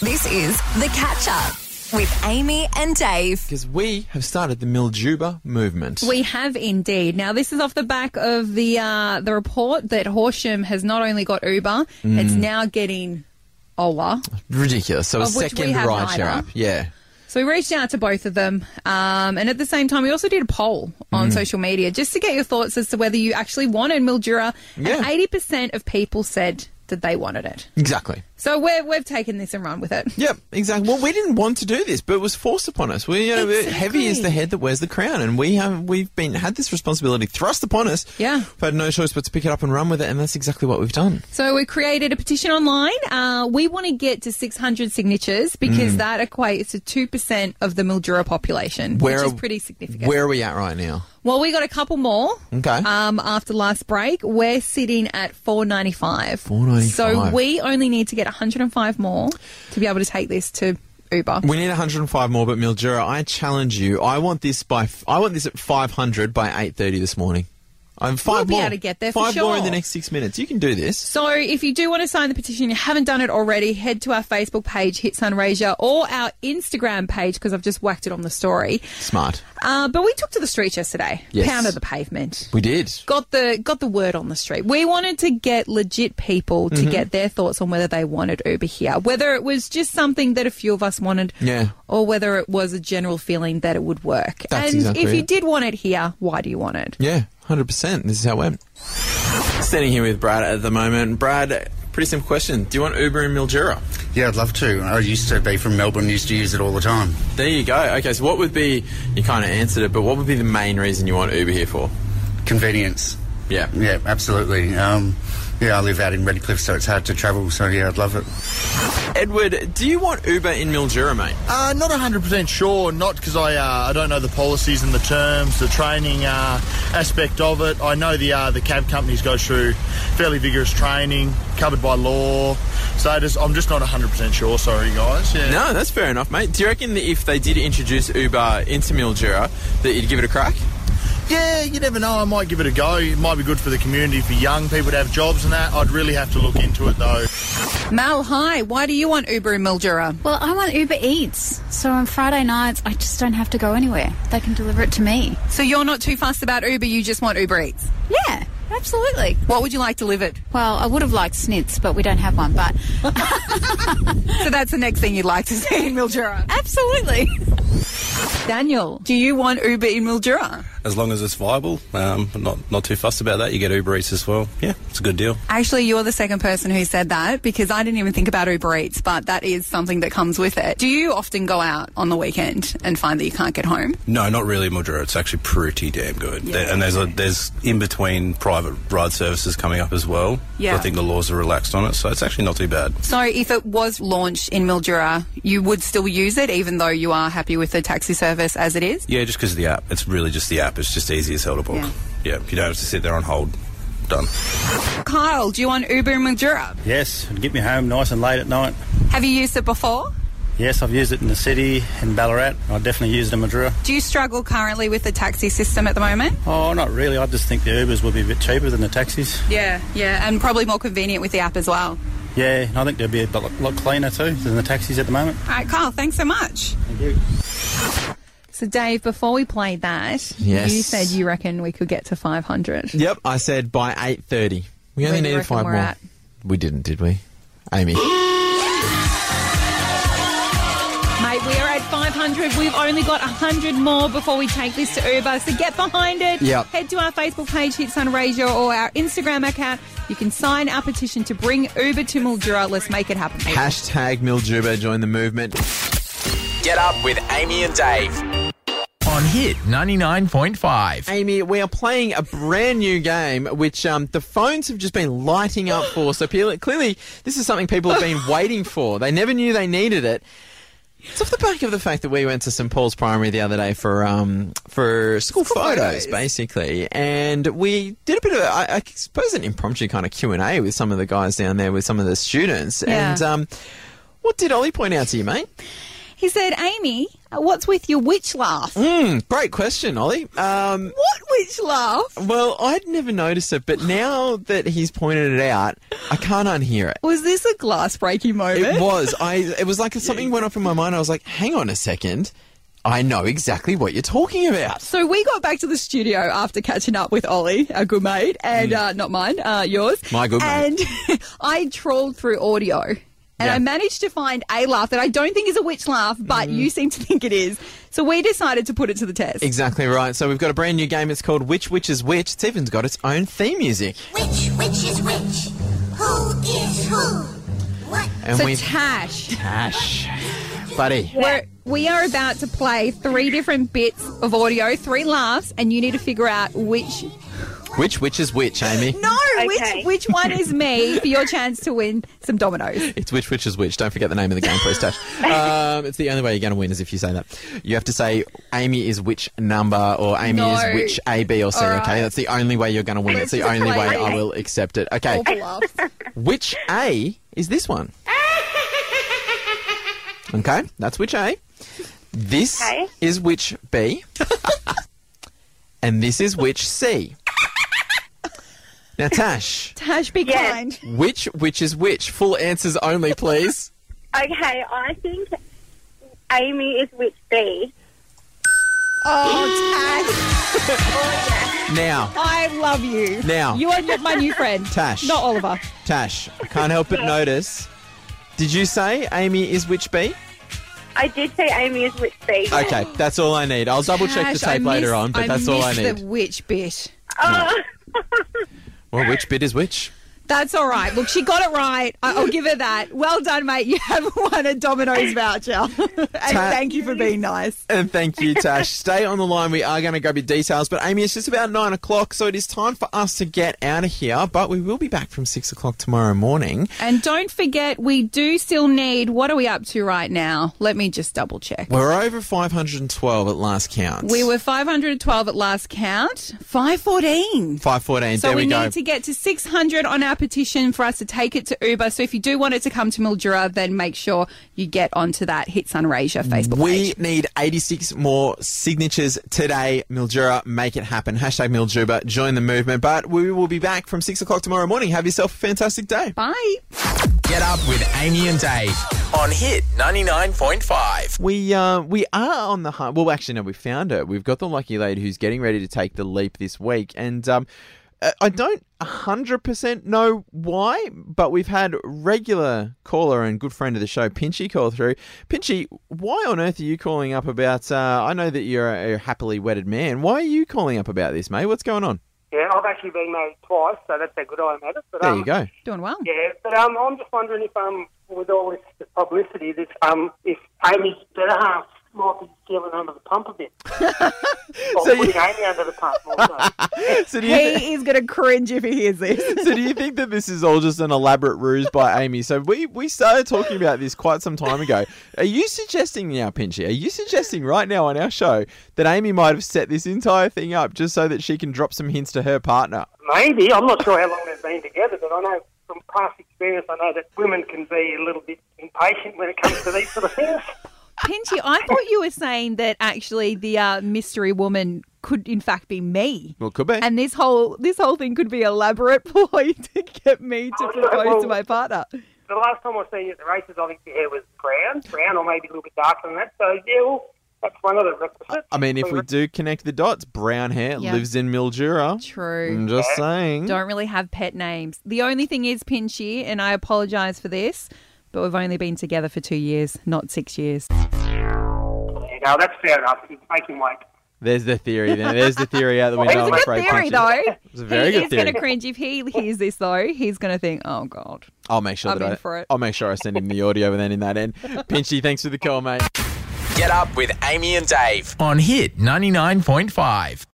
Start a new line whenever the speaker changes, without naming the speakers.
This is The Catch Up with Amy and Dave.
Because we have started the Miljuba movement.
We have indeed. Now, this is off the back of the uh, the report that Horsham has not only got Uber, it's now getting Ola.
Ridiculous. So a
Of which we
second
have
rideshare
neither.
app. Yeah.
So we reached out to both of them, um, and at the same time, we also did a poll on social media just to get your thoughts as to whether you actually wanted Mildura.
Yeah.
And eighty percent of people said that they wanted it.
Exactly.
So we're, we've taken this and run with it.
Yep, exactly. Well, we didn't want to do this, but it was forced upon us. We, you know,
Exactly.
heavy is the head that wears the crown, and we have we've been had this responsibility thrust upon us.
Yeah.
we've had no choice but to pick it up and run with it, and that's exactly what we've done.
So we created a petition online. Uh, we want to get to 600 signatures
Mm.
because that equates to 2% of the Mildura population,
Where
which
are-
is pretty significant.
Where are we at right now?
well, we got a couple more.
Okay.
Um, after last break, we're sitting at 495.
495.
So we only need to get 105 more to be able to take this to Uber.
We need 105 more, but Mildura, I challenge you. I want this by f- I want this at 500 by 8:30 this morning. I'm 5
We'll be
more.
able to get there for
Five more in the
sure.
next six minutes. You can do this.
So if you do want to sign the petition, you haven't done it already, head to our Facebook page, Hit Sunraysia, or our Instagram page, because I've just whacked it on the story.
Smart.
Uh, but we took to the streets yesterday.
Yes.
Pounded the pavement.
We did.
Got the got the word on the street. We wanted to get legit people to
Mm-hmm.
get their thoughts on whether they wanted Uber here, whether it was just something that a few of us wanted,
Yeah.
or whether it was a general feeling that it would work.
That's
and
exactly
if you
it.
did want it here, why do you want it?
Yeah, hundred percent. This is how it went. Standing here with Brad at the moment. Brad, pretty simple question. Do you want Uber in Mildura?
Yeah, I'd love to. I used to be from Melbourne, used to use it all the time.
There you go. Okay, so what would be you kind of answered it, but what would be the main reason you want Uber here for?
Convenience.
Yeah.
Yeah, absolutely. Um, yeah, I live out in Redcliffe, so it's hard to travel, so yeah, I'd love it.
Edward, do you want Uber in Mildura, mate?
Uh, not 100% sure, not because I, uh, I don't know the policies and the terms, the training uh, aspect of it. I know the uh, the cab companies go through fairly vigorous training, covered by law. So I just, I'm just not 100% sure, sorry guys. Yeah.
No, that's fair enough, mate. Do you reckon that if they did introduce Uber into Mildura, that you'd give it a crack?
Yeah, you never know. I might give it a go. It might be good for the community, for young people to have jobs and that. I'd really have to look into it though.
Mal, hi. Why do you want Uber in Mildura?
Well, I want Uber Eats, so on Friday nights I just don't have to go anywhere. They can deliver it to me.
So you're not too fussed about Uber. You just want Uber Eats.
Yeah, absolutely.
What would you like delivered?
Well, I would have liked Snits, but we don't have one. But
so that's the next thing you'd like to see in Mildura.
absolutely.
Daniel, do you want Uber in Mildura?
as long as it's viable. Um, I'm not not too fussed about that. You get Uber Eats as well. Yeah, it's a good deal.
Actually, you're the second person who said that because I didn't even think about Uber Eats, but that is something that comes with it. Do you often go out on the weekend and find that you can't get home?
No, not really, Mildura. It's actually pretty damn good. There- and there's a, there's in between private ride services coming up as well.
Yeah.
I think the laws are relaxed on it, so it's actually not too bad.
So if it was launched in Mildura, you would still use it even though you are happy with the taxi service as it is?
Yeah, just because of the app. It's really just the app. It's just easy as hell to book.
Yeah.
Yeah, you don't have to sit there on hold. Done.
Kyle, do you want Uber in Mildura?
Yes, it'd get me home nice and late at night.
Have you used it before?
Yes, I've used it in the city, in Ballarat. I definitely used it in Madura.
Do you struggle currently with the taxi system at the moment?
Oh, not really. I just think the Ubers would be a bit cheaper than the taxis.
Yeah, yeah, and probably more convenient with the app as well.
Yeah, and I think they'd be a bit- lot cleaner too than the taxis at the moment.
All right, Kyle, thanks so much.
Thank you.
So, Dave, before we played that,
Yes.
you said you reckon we could get to 500.
Yep, I said by 8:30. We
Where
only
do you
needed
reckon
five
we're
more.
at?
We didn't, did we? Amy.
Mate, we are at 500. We've only got 100 more before we take this to Uber, so get behind it.
Yep.
Head to our Facebook page, Hits on Radio, or our Instagram account. You can sign our petition to bring Uber to Mildura. Let's make it happen. people.
Hashtag Miljuba join the movement. Get up with Amy and Dave.
on Hit 99.5.
Amy, we are playing a brand new game which um, the phones have just been lighting up for. So pe- clearly, this is something people have been waiting for. They never knew they needed it. It's off the back of the fact that we went to St Paul's Primary the other day for um, for school, photos,
photos.
basically, and we did a bit of a- I I suppose an impromptu kind of Q and A with some of the guys down there with some of the students.
Yeah.
And um, what did Ollie point out to you, mate?
He said, Amy, uh, what's with your witch laugh?
Hmm, great question, Ollie. Um,
What witch laugh?
well, I'd never noticed it, but now that he's pointed it out, I can't unhear it.
Was this a glass breaking moment?
It was. I. It was like something went off in my mind. I was like, "Hang on a second, I know exactly what you're talking about."
So we got back to the studio after catching up with Ollie, our good mate, and uh, not mine, uh, yours.
Mm. My good mate.
And I trawled through audio. And
Yeah. Mm.
I managed to find a laugh that I don't think is a witch laugh, but you seem to think it is. So we decided to put it to the test.
Exactly right. So we've got a brand new game. It's called Which Witch is Which. It's even got its own theme music,
Which which is which? Who is who? What?
and
so
we
Tash,
Ash, buddy.
we're, we are about to play three different bits of audio, three laughs, and you need to figure out which
Which witch is which, Amy?
no, which which one is me for your chance to win some dominoes.
It's which witch is which. Don't forget the name of the game, please, Tash. Um, it's the only way you're going to win is if you say that. You have to say Amy is which number or Amy
No.
is which A, B, or C.
All right.
Okay, that's the only way you're going to win. That's the
Let's
only way
play.
I will accept it. Okay,
Awful laughs.
Which A is this one? Okay, that's which A. This is which B. and this is which C. Now, Tash,
Tash, be kind.
which which is which? Full answers only, please.
Okay, I think Amy is with B.
Oh, Tash,
Now,
I love you.
Now.
You are not my new friend.
Tash.
Not Oliver.
Tash, I can't help but notice. Did you say Amy is which B?
I did say Amy is with B.
Okay, that's all I need. I'll double check the
Tash,
tape
I
later
miss-
on, but that's all I
miss
need.
the witch bit.
Oh,
Well, which bit is which?
That's all right. Look, she got it right. I- I'll give her that. Well done, mate. You have won a Domino's voucher. and thank you for being nice.
And thank you, Tash. Stay on the line. We are going to grab your details. But Amy, it's just about nine o'clock, so it is time for us to get out of here. But we will be back from six o'clock tomorrow morning.
And don't forget, we do still need. What are we up to right now? Let me just double check.
We're over 512 at last count.
We were 512 at last count. 514.
514.
So
there
we,
we, go.
need to get to 600 on our petition for us to take it to Uber. So if you do want it to come to Mildura, then make sure you get onto that Hit Sunraysia Facebook
we
page.
need 86 more signatures today. Mildura, make it happen. Hashtag Mildura, join the movement. But we will be back from 6 o'clock tomorrow morning. Have yourself a fantastic day.
Bye.
Get up with Amy and Dave on Hit 99.5.
We uh, we are on the hunt. Well, actually, no, we found her. We've got the lucky lady who's getting ready to take the leap this week, and um, I- I don't hundred percent know why, but we've had regular caller and good friend of the show, Pinchy, call through. Pinchy, why on earth are you calling up about? Uh, I know that you're a, a happily wedded man. Why are you calling up about this, mate? What's going on?
Yeah, I've actually been married twice, so that's how good I am at it. But,
There
um,
you go.
Doing well.
Yeah, but um, I'm just wondering if, um, with all this publicity, this um, if Amy's better half might be feeling under the pump a bit. or
So you-
putting Amy under the pump. Also.
So do you? thi-
He is going to cringe if he hears this.
so do you think that this is all just an elaborate ruse by Amy? So we, we started talking about this quite some time ago. Are you suggesting now, Pinchy, are you suggesting right now on our show that Amy might have set this entire thing up just so that she can drop some hints to her partner?
Maybe I'm not sure how long they've been together, but I know from past experience, I know that women can be a little bit impatient when it comes to these sort of things.
Pinchy, I thought you were saying that actually the uh, mystery woman could in fact be me.
Well, could be.
And this whole this whole thing could be elaborate ploy to get me to propose to my partner.
The last time I seen you at the races, I think your hair was brown, brown, or maybe a little bit darker than that. So yeah, well, that's one of the requisites.
I mean, if we do connect the dots, brown hair
Yeah.
lives in Mildura.
True.
I'm just saying.
Don't really have pet names. The only thing is Pinchy, and I apologise for this, but we've only been together for two years, not six years.
You know, that's fair enough. You make him wait.
There's the theory. Then there's the theory out the window.
it was
I'm
a good
afraid,
theory,
Pinchy.
though.
was a very
he
good
is going to
theory.
cringe if he hears this, though. He's going to think, "Oh God."
I'll make sure
I'm in
that
for
I,
it.
I'll make sure I send him the audio and then in that end. Pinchy, thanks for the call, mate.
Get up with Amy and Dave on Hit 99.5.